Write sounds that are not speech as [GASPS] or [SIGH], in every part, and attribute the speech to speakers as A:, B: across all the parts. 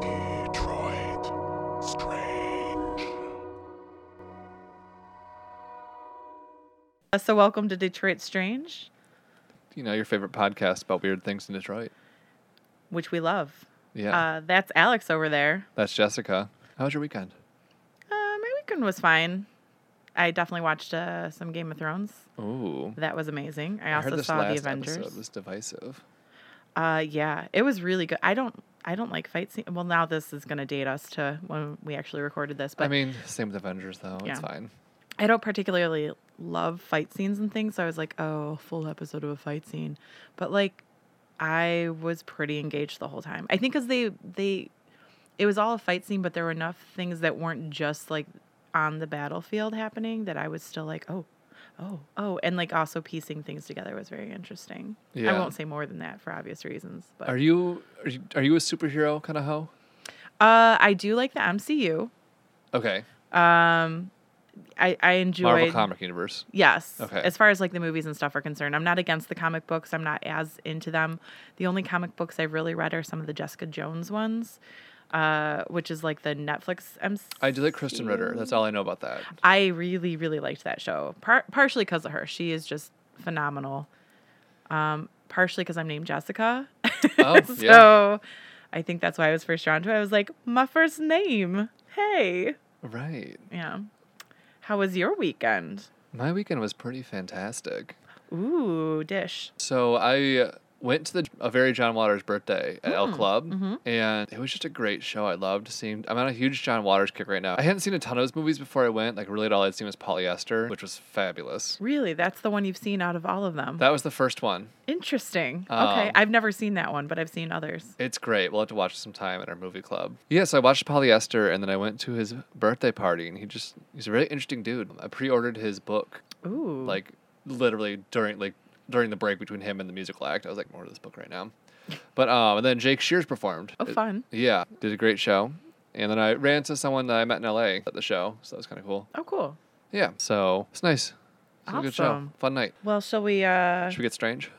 A: Detroit Strange.
B: Uh, So, welcome to Detroit Strange,
C: you know, your favorite podcast about weird things in Detroit.
B: which we love.
C: Yeah.
B: Uh, that's Alex over there.
C: That's Jessica. How was your weekend?
B: Uh, my weekend was fine. I definitely watched uh, some Game of Thrones.
C: Ooh.
B: That was amazing. I also saw the Avengers.
C: episode was divisive.
B: Uh, yeah, it was really good. I don't, I don't like fight scene. Well, now this is gonna date us to when we actually recorded this, but
C: I mean, same with Avengers though.
B: Yeah.
C: It's fine.
B: I don't particularly love fight scenes and things. So I was like, oh, full episode of a fight scene, but like, I was pretty engaged the whole time. I think because they they, it was all a fight scene, but there were enough things that weren't just like on the battlefield happening that I was still like, oh, oh, oh, and like also piecing things together was very interesting. I
C: Yeah.
B: won't say more than that for obvious reasons, but
C: Are you are you, are you a superhero kind of hoe?
B: uh, I do like the MCU.
C: Okay.
B: Um, I I enjoyed
C: Marvel comic universe.
B: Yes.
C: Okay.
B: As far as like the movies and stuff are concerned, I'm not against the comic books. I'm not as into them. The only comic books I've really read are some of the Jessica Jones ones, uh, which is like the Netflix. MC-
C: I do like Kristen Ritter. That's all I know about that.
B: [LAUGHS] I really, really liked that show. Par- partially because of her. She is just phenomenal. Um, partially because I'm named Jessica. [LAUGHS]
C: Oh,
B: so
C: yeah.
B: I think that's why I was first drawn to it. I was like, my first name. Hey.
C: Right.
B: Yeah. How was your weekend?
C: My weekend was pretty fantastic.
B: Ooh, dish.
C: So I went to the a very John Waters birthday at L Club, and it was just a great show. I loved seeing. I'm on a huge John Waters kick right now. I hadn't seen a ton of his movies before I went. Like really, all I'd seen was Polyester, which was fabulous.
B: Really, that's the one you've seen out of all of them.
C: That was the first one.
B: Interesting. okay,
C: Um,
B: I've never seen that one, but I've seen others.
C: It's great. We'll have to watch some time at our movie club. Yeah, so I watched Polyester, and then I went to his birthday party, and he just—he's a really interesting dude. I pre-ordered his book,
B: Ooh,
C: like literally during like during the break between him and the musical act. I was like, "More of this book right now." But um, and then Jake Shears performed.
B: oh
C: It-
B: fun.
C: Yeah, did a great show. And then I ran into someone that I met in LA at the show, so that was kind of cool.
B: Oh cool.
C: Yeah, so it's nice. It's a good show.
B: Awesome.
C: Fun night.
B: Well, shall we? uh
C: Should we get strange?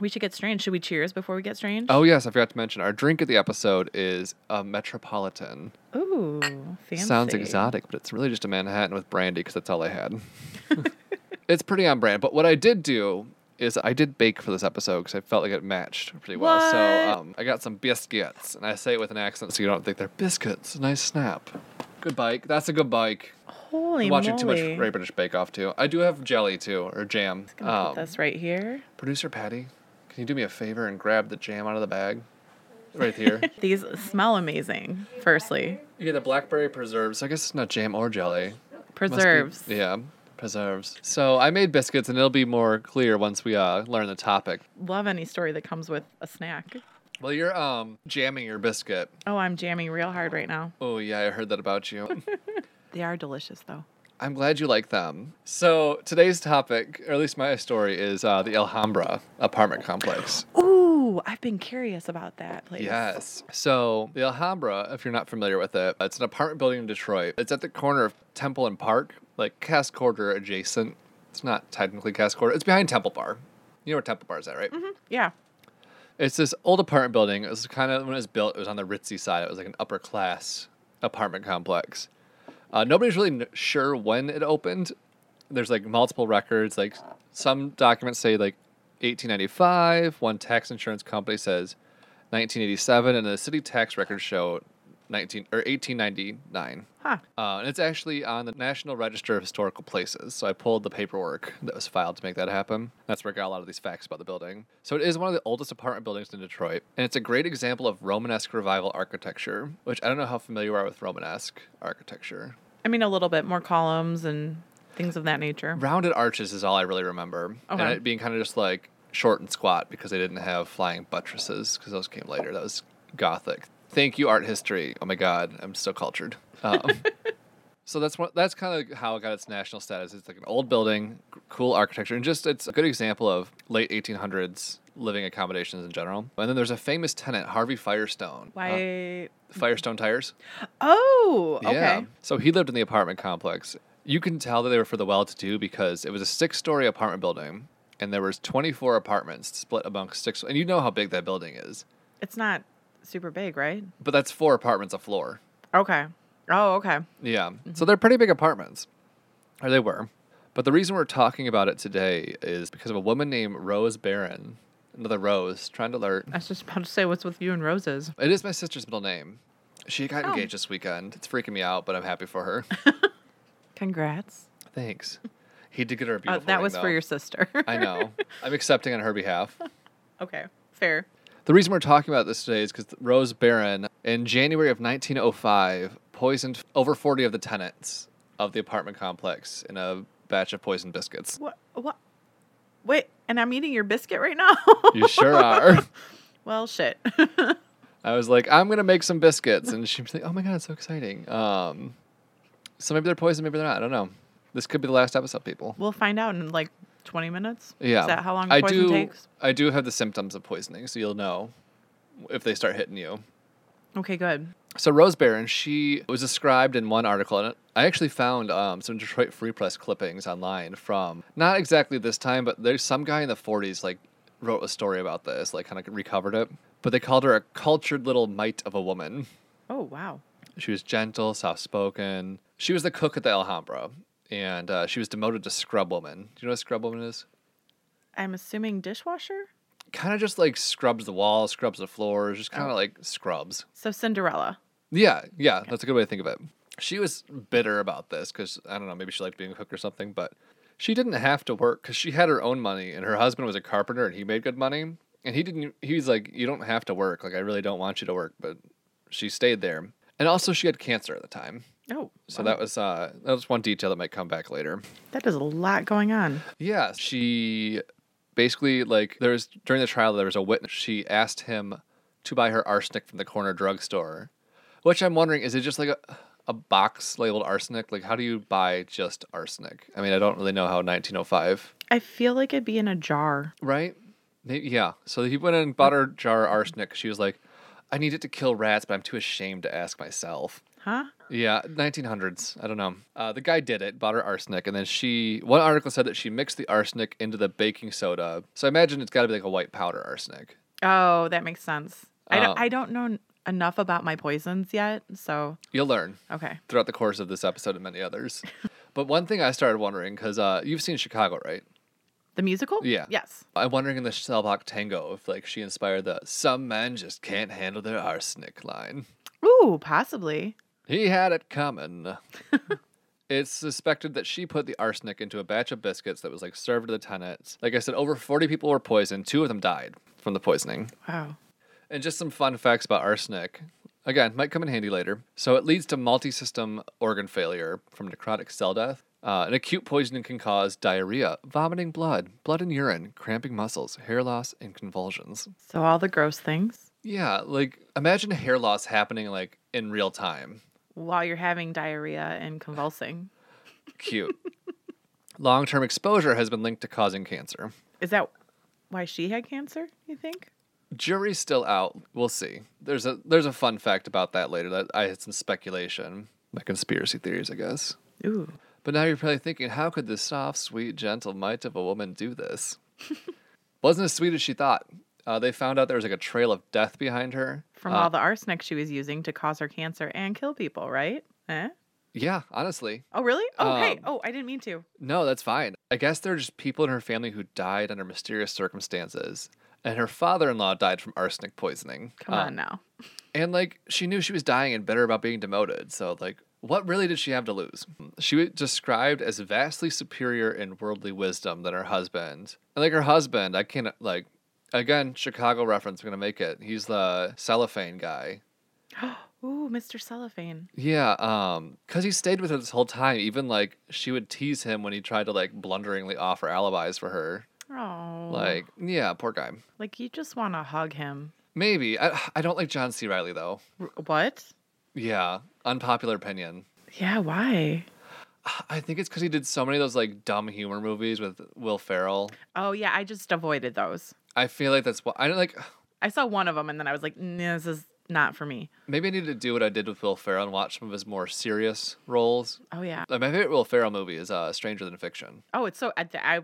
B: We should get strange. Should we cheers before we get strange?
C: Oh, yes, I forgot to mention our drink of the episode is a Metropolitan.
B: Ooh, fancy.
C: Sounds exotic, but it's really just a Manhattan with brandy because that's all
B: [LAUGHS]
C: I had. it's pretty on brand. But what I did do is I did bake for this episode because I felt like it matched pretty well.
B: What?
C: So um, I got some biscuits, and I say it with an accent so you don't think they're biscuits. Nice snap. Good bike. That's a good bike.
B: Holy moly!
C: I'm watching too much Great British Bake Off too. I do have jelly too, or jam.
B: I'm gonna put
C: Um,
B: this right here.
C: Producer Patty, can you do me a favor and grab the jam out of the bag, right here?
B: These smell amazing. Firstly,
C: yeah, the blackberry preserves. I guess it's not jam or jelly. Must be-
B: preserves.
C: yeah, preserves. So I made biscuits, and it'll be more clear once we uh, learn the topic.
B: Love any story that comes with a snack.
C: Well, you're um jamming your biscuit.
B: Oh, I'm jamming real hard right now.
C: Oh yeah, I heard that about you.
B: [LAUGHS] They are delicious though.
C: I'm glad you like them. So today's topic, or at least my story, is uh, the Alhambra apartment complex.
B: Ooh, I've been curious about that place.
C: Yes. So the Alhambra, if you're not familiar with it, it's an apartment building in Detroit. It's at the corner of Temple and Park, like Cass Quarter adjacent. It's not technically Cass Quarter. It's behind Temple Bar. You know where Temple Bar is at, right?
B: Yeah.
C: It's this old apartment building. It was kind of when it was built. It was on the ritzy side. It was like an upper class apartment complex. Uh, nobody's really kn- sure when it opened. There's like multiple records. Like some documents say like 1895. One tax insurance company says 1987, and the city tax records show 19 or 1899.
B: Huh.
C: Uh, and it's actually on the National Register of Historical Places. So I pulled the paperwork that was filed to make that happen. That's where I got a lot of these facts about the building. So it is one of the oldest apartment buildings in Detroit. And it's a great example of Romanesque revival architecture, which I don't know how familiar you are with Romanesque architecture.
B: I mean, a little bit more columns and things of that nature.
C: Rounded arches is all I really remember. And
B: Okay.
C: it being kind of just like short and squat because they didn't have flying buttresses because those came later. That was Gothic. Thank you, art history. Oh my God, I'm so cultured.
B: [LAUGHS]
C: Um, so that's what that's kind of how it got its national status. It's like an old building, g- cool architecture and just it's a good example of late 1800s living accommodations in general. And then there's a famous tenant, Harvey Firestone. Uh,
B: Why?
C: Firestone Tires.
B: oh, okay.
C: So he lived in the apartment complex. You can tell that they were for the well-to-do because it was a six-story apartment building, and there was 24 apartments split amongst six. And you know how big that building is,
B: It's not super big, right?
C: but that's four apartments a floor.
B: Okay. Oh, okay.
C: Yeah. So they're pretty big apartments. Or they were. But the reason we're talking about it today is because of a woman named Rose Barron. Another Rose, trying to alert.
B: I was just about to say, what's with you and roses?
C: It is my sister's middle name. She got
B: Oh.
C: engaged this weekend. It's freaking me out, but I'm happy for
B: [LAUGHS]
C: her.
B: Congrats.
C: Thanks. He did get her a
B: Uh,
C: beautiful
B: that
C: ring,
B: was
C: though.
B: for your sister.
C: I know. I'm accepting on her behalf.
B: [LAUGHS] okay. Fair.
C: The reason we're talking about this today is because Rose Barron, in January of 1905, poisoned over 40 of the tenants of the apartment complex in a batch of poisoned biscuits.
B: What? What? Wait, and I'm eating your biscuit right now?
C: You sure are.
B: [LAUGHS] well, shit. [LAUGHS]
C: I was like, I'm gonna make some biscuits, and she was like, Oh my god, it's so exciting. Um, so maybe they're poisoned, maybe they're not. I don't know. This could be the last episode, people.
B: we'll find out in like 20 minutes.
C: Yeah.
B: Is that how long
C: I
B: poison
C: do,
B: takes?
C: I do have the symptoms of poisoning, so you'll know if they start hitting you.
B: Okay, good.
C: So Rose Barron, she was described in one article, and I actually found um, some Detroit Free Press clippings online from not exactly this time, but there's some guy in the 40s like wrote a story about this, like kind of recovered it. But they called her a cultured little mite of a woman.
B: Oh, wow.
C: She was gentle, soft spoken. She was the cook at the Alhambra, and uh, she was demoted to scrub woman. Do you know what a scrub woman is?
B: I'm assuming dishwasher?
C: Kind of just like scrubs the walls, scrubs the floors, just kind of like scrubs.
B: So Cinderella.
C: Yeah, yeah, that's a good way to think of it. She was bitter about this because I don't know, maybe she liked being a cook or something, but she didn't have to work because she had her own money, and her husband was a carpenter and he made good money. And he didn't, he was like, You don't have to work. Like, I really don't want you to work. But she stayed there. And also, she had cancer at the time.
B: Oh,
C: So that was uh, that was one detail that might come back later.
B: that is a lot going on.
C: Yeah, she basically like there was during the trial there was a witness. She asked him to buy her arsenic from the corner drugstore, which I'm wondering is it just like a a box labeled arsenic? Like how do you buy just arsenic? I mean, I don't really know how 1905,
B: I feel like it'd be in a jar.
C: right? Maybe, yeah. So he went and bought her jar of arsenic. She was like, "I need it to kill rats, but I'm too ashamed to ask myself."
B: Huh?
C: Yeah, 1900s. I don't know. Uh, the guy did it, bought her arsenic, and then she. One article said that she mixed the arsenic into the baking soda. So I imagine it's got to be like a white powder arsenic.
B: Oh, that makes sense. I,
C: Oh.
B: don't, I don't know n- enough about my poisons yet. So,
C: You'll learn
B: okay.
C: throughout the course of this episode and many others. but one thing I started wondering because uh, you've seen Chicago, right?
B: The musical?
C: Yeah.
B: Yes.
C: I'm wondering in the cell block tango if like she inspired the "Some men just can't handle their arsenic" line.
B: Ooh, possibly.
C: He had it coming. [LAUGHS] it's suspected that she put the arsenic into a batch of biscuits that was like served to the tenants. Like I said, over 40 people were poisoned. Two of them died from the poisoning.
B: Wow.
C: And just some fun facts about arsenic. Again, might come in handy later. So it leads to multi-system organ failure from necrotic cell death. Uh, an acute poisoning can cause diarrhea, vomiting blood, blood and urine, cramping muscles, hair loss, and convulsions.
B: So, all the gross things
C: Yeah, like imagine hair loss happening like in real time.
B: while you're having diarrhea and convulsing.
C: Cute. [LAUGHS] Long term exposure has been linked to causing cancer.
B: Is that why she had cancer, you think?
C: Jury's still out. We'll see. There's a there's a fun fact about that later that I had some speculation. My conspiracy theories, I guess.
B: Ooh.
C: But now you're probably thinking, how could this soft, sweet, gentle mite of a woman
B: [LAUGHS]
C: do this? Wasn't as sweet as she thought. Uh, they found out there was like a trail of death behind her.
B: From
C: Uh,
B: all the arsenic she was using to cause her cancer and kill people, right? Eh?
C: yeah, honestly.
B: Oh, really? Oh, hey.
C: Um,
B: Oh, I didn't mean to.
C: No, that's fine. I guess there are just people in her family who died under mysterious circumstances. And her father in law died from arsenic poisoning.
B: Come
C: Uh,
B: on now. [GASPS]
C: And like she knew she was dying and bitter about being demoted. So like what really did she have to lose? She was described as vastly superior in worldly wisdom than her husband. And like her husband, I can't like again, Chicago reference, we're gonna make it. He's the cellophane guy.
B: Ooh, Mr. Cellophane.
C: Yeah, um, cause he stayed with her this whole time, even like she would tease him when he tried to like blunderingly offer alibis for her.
B: Oh.
C: Like, yeah, poor guy.
B: like you just want to hug him.
C: Maybe. I I don't like John C. Riley though.
B: R- what?
C: Yeah. Unpopular opinion.
B: Yeah, why?
C: I think it's because he did so many of those like dumb humor movies with Will Ferrell.
B: Oh yeah, I just avoided those.
C: I feel like that's why I don't like.
B: I saw one of them and then I was like, "Nah, this is not for me.
C: Maybe I need to do what I did with Will Ferrell and watch some of his more serious roles.
B: Oh yeah.
C: Like my favorite Will Ferrell movie is uh, Stranger Than Fiction.
B: Oh, it's so I, I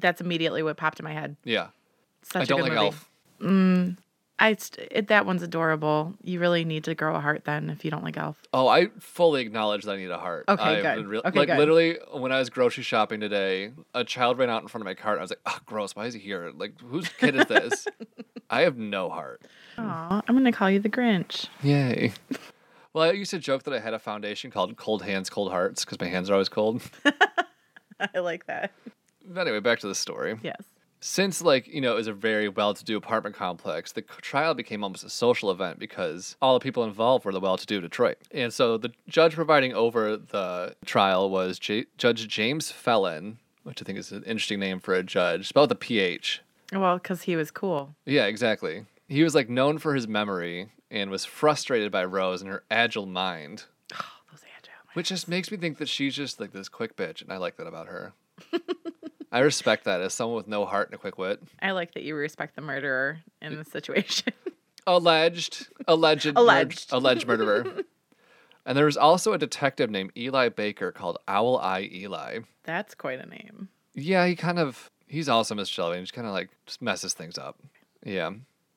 B: that's immediately what popped in my head.
C: Yeah,
B: Such
C: I don't
B: a good
C: like
B: movie.
C: Elf.
B: I st- it, that one's adorable. You really need to grow a heart then if you don't like Elf.
C: Oh, I fully acknowledge that I need a heart.
B: Okay,
C: I've
B: good.
C: been real-
B: Okay,
C: like
B: good.
C: literally, when I was grocery shopping today, a child ran out in front of my cart. I was like, "Oh, gross! Why is he here? Like, whose kid
B: [LAUGHS]
C: is this?" I have no heart.
B: Aw, I'm gonna call you the Grinch.
C: Yay. Well, I used to joke that I had a foundation called Cold Hands, Cold Hearts because my hands are always cold.
B: [LAUGHS] I like that.
C: But anyway, back to the story.
B: Yes.
C: Since, like, you know, it was a very well to do apartment complex, the c- trial became almost a social event because all the people involved were the well to do Detroit. And so the judge providing over the trial was J- Judge James Felon, which I think is an interesting name for a judge, spelled with a PH.
B: Well, because he was cool.
C: Yeah, exactly. He was, like, known for his memory and was frustrated by Rose and her agile mind.
B: Those agile men.
C: Which just makes me think that she's just like this quick bitch, and I like that about her. I respect that as someone with no heart and a quick wit.
B: I like that you respect the murderer in this situation. [LAUGHS]
C: Alleged, alleged, mur-
B: Alleged. [LAUGHS]
C: alleged murderer. and there was also a detective named Eli Baker called Owl Eye Eli.
B: That's quite a name.
C: Yeah, he kind of he's awesome as Shelby. and He just kind of like just messes things up. Yeah.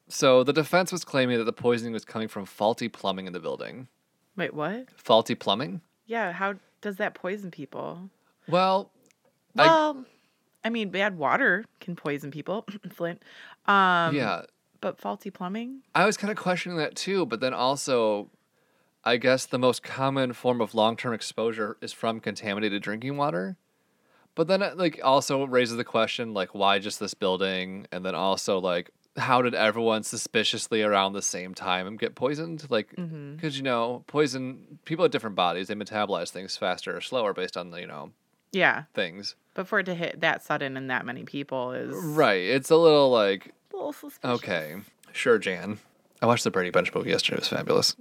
C: So the defense was claiming that the poisoning was coming from faulty plumbing in the building.
B: Wait, what?
C: Faulty plumbing?
B: Yeah, how does that poison people?
C: Well, I-
B: Well, I mean, bad water can poison people, [CLEARS THROAT] Flint. Um,
C: yeah.
B: But faulty plumbing?
C: I was kind of questioning that too, but then also, I guess the most common form of long term exposure is from contaminated drinking water. But then, it, like, also raises the question, like, why just this building? And then also, like, how did everyone suspiciously around the same time get poisoned? Like, because, you know, poison, people have different bodies. They metabolize things faster or slower based on, you know,
B: Yeah.
C: things.
B: But for it to hit that sudden and that many people is
C: Right. It's a little like,
B: a little suspicious.
C: Okay. Sure, Jan. I watched the Brady Bunch movie yesterday. It was fabulous.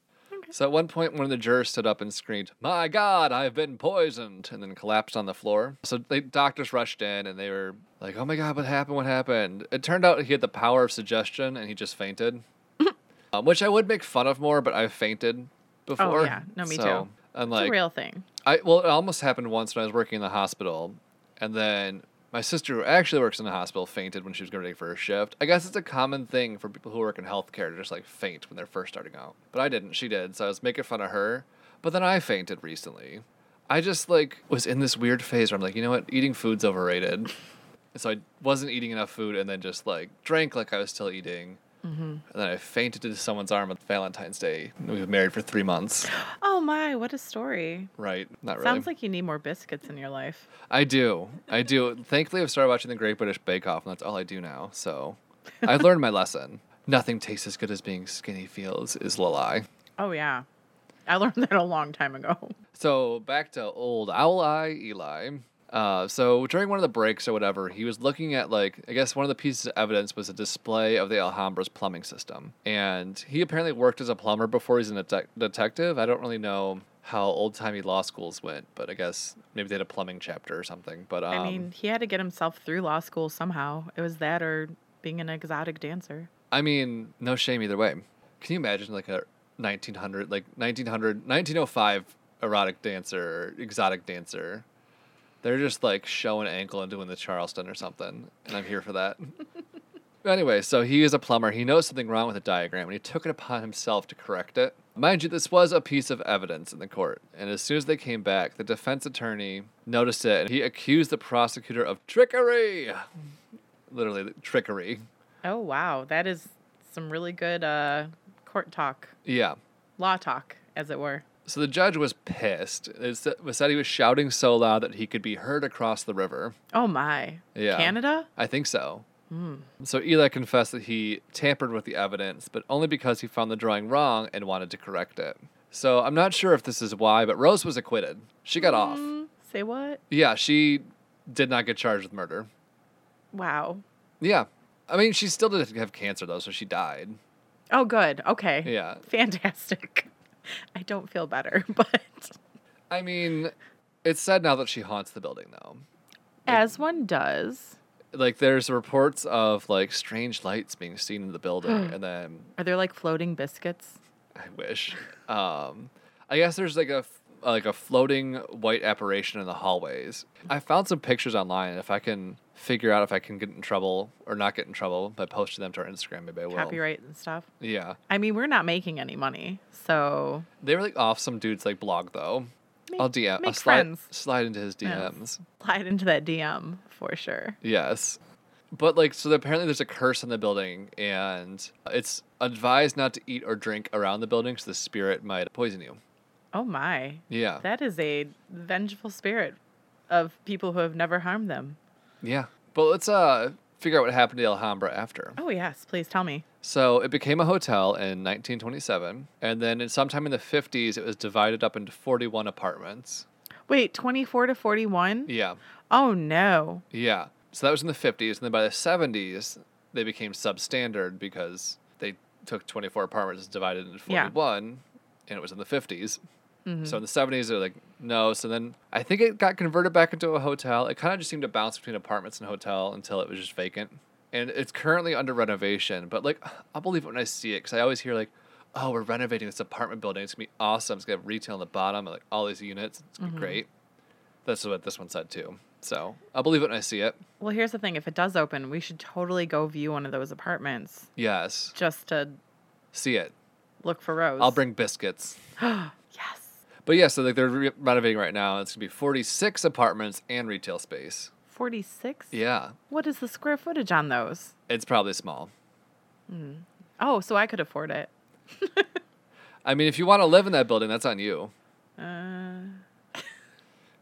C: So at one point, one of the jurors stood up and screamed, My God, I've been poisoned, and then collapsed on the floor. So the doctors rushed in and they were like, Oh my God, what happened? What happened? It turned out he had the power of suggestion and he
B: [LAUGHS]
C: just fainted, um, which I would make fun of more, but I've fainted before.
B: Oh, yeah. No, me
C: So,
B: too.
C: And
B: It's
C: like,
B: a real thing.
C: I well, it almost happened once when I was working in the hospital, and then my sister, who actually works in the hospital, fainted when she was getting ready for her shift. I guess it's a common thing for people who work in healthcare to just like faint when they're first starting out. But I didn't. She did, so I was making fun of her. But then I fainted recently. I just like was in this weird phase where I'm like, you know what, eating food's overrated. And so I wasn't eating enough food, and then just like drank like I was still eating. And then I fainted into someone's arm on Valentine's Day. and We've been married for three months,
B: Oh my, what a story.
C: right? Not really.
B: Sounds like you need more biscuits in your life.
C: I do. I do. Thankfully, I've started watching The Great British Bake Off, and that's all I do now. So I've learned my lesson. [LAUGHS] Nothing tastes as good as being skinny feels is a lie.
B: Oh yeah. I [LAUGHS] learned that a long time ago.
C: So back to old Owl Eye Eli. Uh, so during one of the breaks or whatever, he was looking at like I guess one of the pieces of evidence was a display of the Alhambra's plumbing system, and he apparently worked as a plumber before he's a detec detective. I don't really know how old timey law schools went, but I guess maybe they had a plumbing chapter or something. But um,
B: I mean, he had to get himself through law school somehow. It was that or being an exotic dancer.
C: I mean, no shame either way. Can you imagine like a 1900, like 1900, 1905 erotic dancer, exotic dancer? They're just like showing ankle and doing the Charleston or something, and I'm here for that. anyway, so he is a plumber. He knows something wrong with a diagram, and he took it upon himself to correct it. Mind you, this was a piece of evidence in the court, and as soon as they came back, the defense attorney noticed it, and he accused the prosecutor of trickery. Literally, trickery.
B: Oh wow, that is some really good uh, court talk,
C: Yeah.
B: law talk, as it were.
C: So the judge was pissed. It s- was said he was shouting so loud that he could be heard across the river.
B: Oh my,
C: Yeah.
B: Canada.
C: I think so. So Eli confessed that he tampered with the evidence, but only because he found the drawing wrong and wanted to correct it. So I'm not sure if this is why, but Rose was acquitted. She got off.
B: Mm, Say what?
C: Yeah, she did not get charged with murder.
B: Wow.
C: Yeah. I mean, she still did have cancer though, so she died.
B: Oh good. Okay. [LAUGHS]
C: Yeah.
B: Fantastic. I don't feel better, [LAUGHS] but
C: I mean, It's said now that she haunts the building, though.
B: As one does.
C: Like, there's reports of like strange lights being seen in the
B: Hmm.
C: building, and then [LAUGHS]
B: Are there like floating biscuits?
C: I wish. Um, I guess there's like a f- like a floating white apparition in the hallways. I found some pictures online. If I can figure out if I can get in trouble or not get in trouble by posting them to our Instagram, maybe I will.
B: Copyright and stuff.
C: Yeah,
B: I mean, we're not making any money, so
C: they were like off some dude's like blog though.
B: Make-
C: I'll DM. I'll
B: make
C: slide,
B: friends.
C: slide into his
B: Yes.
C: DMs.
B: slide into that DM for sure.
C: Yes. But like so apparently there's a curse in the building and it's advised not to eat or drink around the building because the spirit might poison you.
B: Oh my,
C: Yeah.
B: that is a vengeful spirit of people who have never harmed them.
C: yeah. But let's uh figure out what happened to the Alhambra after.
B: Oh yes, please tell me.
C: So it became a hotel in 1927 and then in sometime in the 50s it was divided up into 41 apartments.
B: Wait, twenty four to forty one.
C: Yeah.
B: Oh no.
C: Yeah. So that was in the 50s and then by the 70s they became substandard because they took 24 apartments and divided into
B: Yeah.
C: 41 and it was in the 50s. So in the 70s, they're like, no. So then I think it got converted back into a hotel. It kind of just seemed to bounce between apartments and hotel until it was just vacant. And it's currently under renovation. But like, [SIGHS] I'll believe it when I see it because I always hear like, oh, we're renovating this apartment building. It's going to be awesome. It's going to have retail on the bottom and like all these units. It's going to be great. That's what this one said too. So I'll believe it when I see it.
B: Well, here's the thing: if it does open, we should totally go view one of those apartments
C: Yes.
B: just to
C: See it.
B: look for Rose.
C: I'll bring biscuits.
B: yes,
C: But yeah, so like they're re- renovating right now. It's going to be 46 apartments and retail space.
B: forty six.
C: Yeah.
B: What is the square footage on those?
C: It's probably small.
B: Oh, so I could afford it.
C: I mean, if you want to live in that building, that's on you.
B: Uh,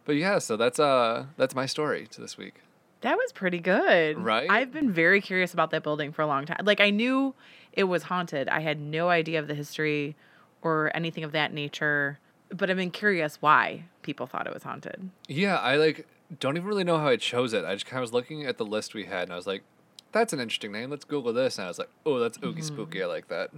C: But yeah, so that's uh that's my story to this week.
B: That was pretty good.
C: Right?
B: I've been very curious about that building for a long time. Like I knew it was haunted. I had no idea of the history or anything of that nature, but I've been curious why people thought it was haunted.
C: Yeah, I like don't even really know how I chose it. I just kind of was looking at the list we had and I was like, that's an interesting name. Let's Google this. And I was like, oh, that's
B: Mm-hmm.
C: oogie spooky. I like that.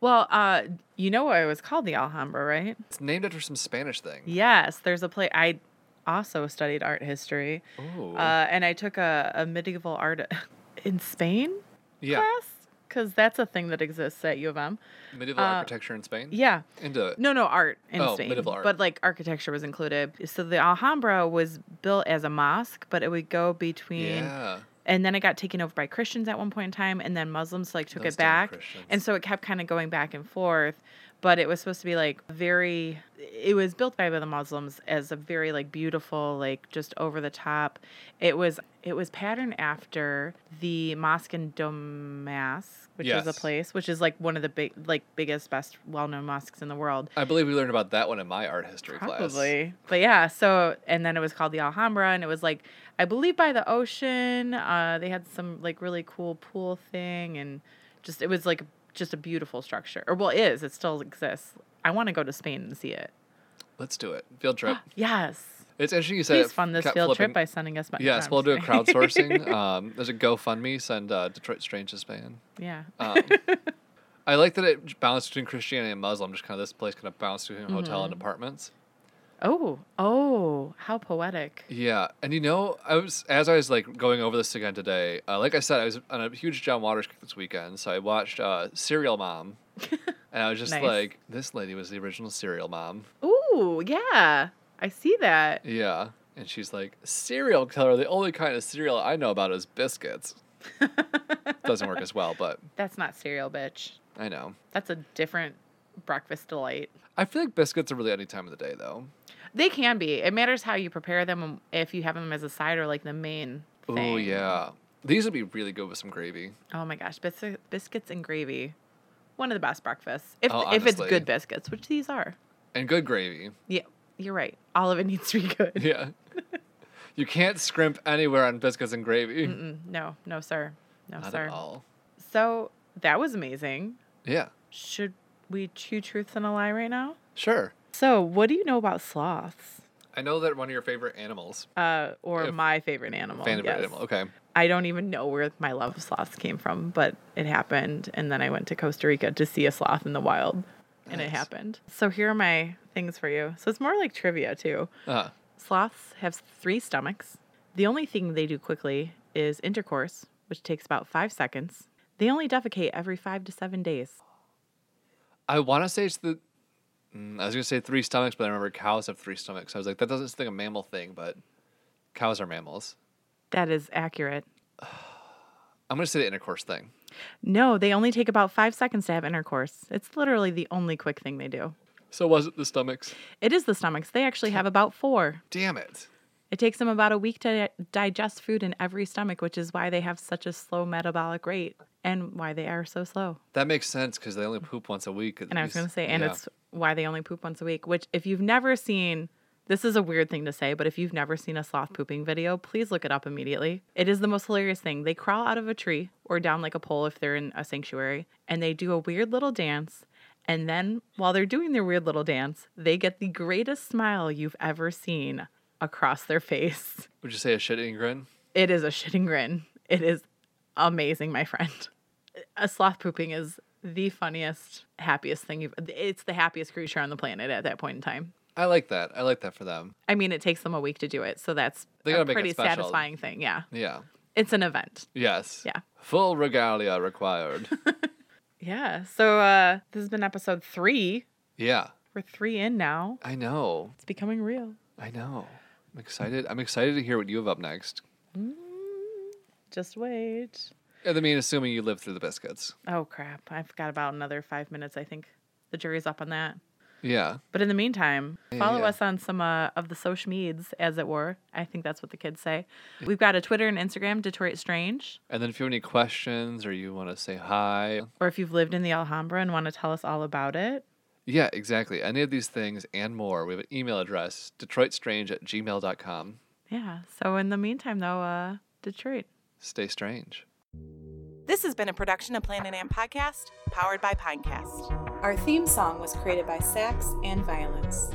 B: Well, uh, you know why it was called the Alhambra, right?
C: It's named after some Spanish thing.
B: Yes, there's a play I also studied art history.
C: Oh,
B: Uh, and I took a, a medieval art [LAUGHS] in Spain
C: yeah.
B: class because that's a thing that exists at U of M.
C: Medieval
B: uh,
C: architecture in Spain.
B: Yeah.
C: Into it.
B: No, no, art in
C: Oh,
B: Spain.
C: medieval art.
B: But like architecture was included. So the Alhambra was built as a mosque, but it would go between
C: Yeah.
B: and then it got taken over by Christians at one point in time and then Muslims like took
C: Those
B: it
C: damn
B: back.
C: Christians.
B: And so it kept kind of going back and forth, but it was supposed to be like very it was built by the Muslims as a very like beautiful like just over the top. It was it was patterned after the mosque in Damascus, which is
C: Yes.
B: a place which is like one of the big like biggest best well-known mosques in the world.
C: I believe we learned about that one in my art history class.
B: Probably. But yeah, so and then it was called the Alhambra and it was like I believe by the ocean. Uh they had some like really cool pool thing and just it was like just a beautiful structure. Or well, it is. It still exists. I want to go to Spain and see it.
C: Let's do it. Field trip.
B: Yes.
C: It's interesting you said
B: Ah, Please
C: it
B: fund this
C: kept
B: field
C: flipping.
B: trip by sending us money.
C: Yes,
B: No, [LAUGHS] I'm
C: we'll do a
B: just kidding.
C: crowdsourcing. um, there's a GoFundMe. Send uh, Detroit Strange to Spain.
B: yeah.
C: Um,
B: [LAUGHS]
C: I like that it bounced between Christianity and Muslim. Just kind of this place kind of bounced between hotel
B: Mm-hmm.
C: and apartments.
B: Oh, oh, how poetic.
C: Yeah, and you know, I was as I was like going over this again today. Uh, like I said, I was on a huge John Waters kick this weekend, so I watched uh,
B: [LAUGHS]
C: Serial Mom, and I was just
B: Nice.
C: like, this lady was the original Serial Mom.
B: Ooh, yeah. I see that.
C: Yeah, and she's like, serial killer. The only kind of cereal I know about is
B: [LAUGHS]
C: biscuits. Doesn't work as well, but
B: That's not cereal, bitch.
C: I know.
B: That's a different breakfast delight.
C: I feel like biscuits are really any time of the day, though.
B: They can be. It matters how you prepare them and if you have them as a side or like the main.
C: Oh
B: thing.
C: yeah, these would be really good with some gravy.
B: Oh my gosh, Biscuit, biscuits and gravy, one of the best breakfasts. If
C: Oh,
B: if it's
C: honestly.
B: good biscuits, which these are.
C: And good gravy. [LAUGHS]
B: Yeah, you're right. All of it [LAUGHS] needs to be good. [LAUGHS]
C: Yeah. you can't scrimp anywhere on biscuits and gravy.
B: Mm, no, no, sir, no,
C: Not
B: sir.
C: at all.
B: So that was amazing.
C: Yeah.
B: Should we chew truths and a lie right now?
C: Sure.
B: So, what do you know about sloths?
C: I know that one of your favorite animals.
B: Uh, or
C: If-
B: my favorite animal.
C: Fan of your
B: Oh, yes.
C: animal. Okay.
B: I don't even know where my love of sloths came from, but it happened. And then I went to Costa Rica to see a sloth in the wild, and it
C: Nice.
B: happened. So here are my things for you. So it's more like trivia, too.
C: Uh,
B: Sloths have three stomachs. The only thing they do quickly is intercourse, which takes about five seconds. They only defecate every five to seven days.
C: I want to say it's the. Mm, I was gonna say three stomachs, but I remember cows have three stomachs. I was like, that doesn't seem like a mammal thing, but cows are mammals.
B: That is accurate.
C: I'm gonna say the intercourse thing.
B: No, they only take about five seconds to have intercourse. It's literally the only quick thing they do.
C: So was it the stomachs?
B: It is the stomachs. They actually have about four.
C: Damn it!
B: It takes them about a week to di- digest food in every stomach, which is why they have such a slow metabolic rate and why they are so slow.
C: That makes sense because they only poop once a week. at
B: And I was
C: least.
B: going to say, and
C: Yeah.
B: it's why they only poop once a week, which if you've never seen, this is a weird thing to say, but if you've never seen a sloth pooping video, please look it up immediately. It is the most hilarious thing. They crawl out of a tree or down like a pole if they're in a sanctuary, and they do a weird little dance. And then while they're doing their weird little dance, they get the greatest smile you've ever seen across their face.
C: Would you say a shit eating grin?
B: It is a shitting grin. It is amazing, my friend. A sloth pooping is the funniest, happiest thing you've. It's the happiest creature on the planet at that point in time.
C: I like that. I like that for them.
B: I mean, it takes them a week to do it, so that's
C: They
B: a
C: gotta make it
B: pretty
C: special.
B: satisfying thing. Yeah,
C: Yeah.
B: it's an event.
C: Yes.
B: Yeah.
C: Full regalia required. [LAUGHS]
B: Yeah. So uh, this has been episode three.
C: yeah.
B: We're three in now.
C: I know.
B: It's becoming real.
C: I know. I'm excited. I'm excited to hear what you have up next.
B: Just wait.
C: I mean, assuming you live through the biscuits.
B: Oh crap! I've got about another five minutes. I think the jury's up on that.
C: Yeah.
B: But in the meantime,
C: Yeah,
B: follow
C: yeah.
B: us on some uh, of the social medias, as it were. I think that's what the kids say. We've got a Twitter and Instagram, Detroit Strange.
C: And then if you have any questions or you want to say hi,
B: Or if you've lived in the Alhambra and want to tell us all about it,
C: yeah, exactly. Any of these things and more, we have an email address, detroitstrange at gmail.com.
B: yeah. So in the meantime, though, uh, Detroit.
C: Stay strange.
D: This has been a production of Planet Amp Podcast, powered by Pinecast.
E: Our theme song was created by Sax and Violence.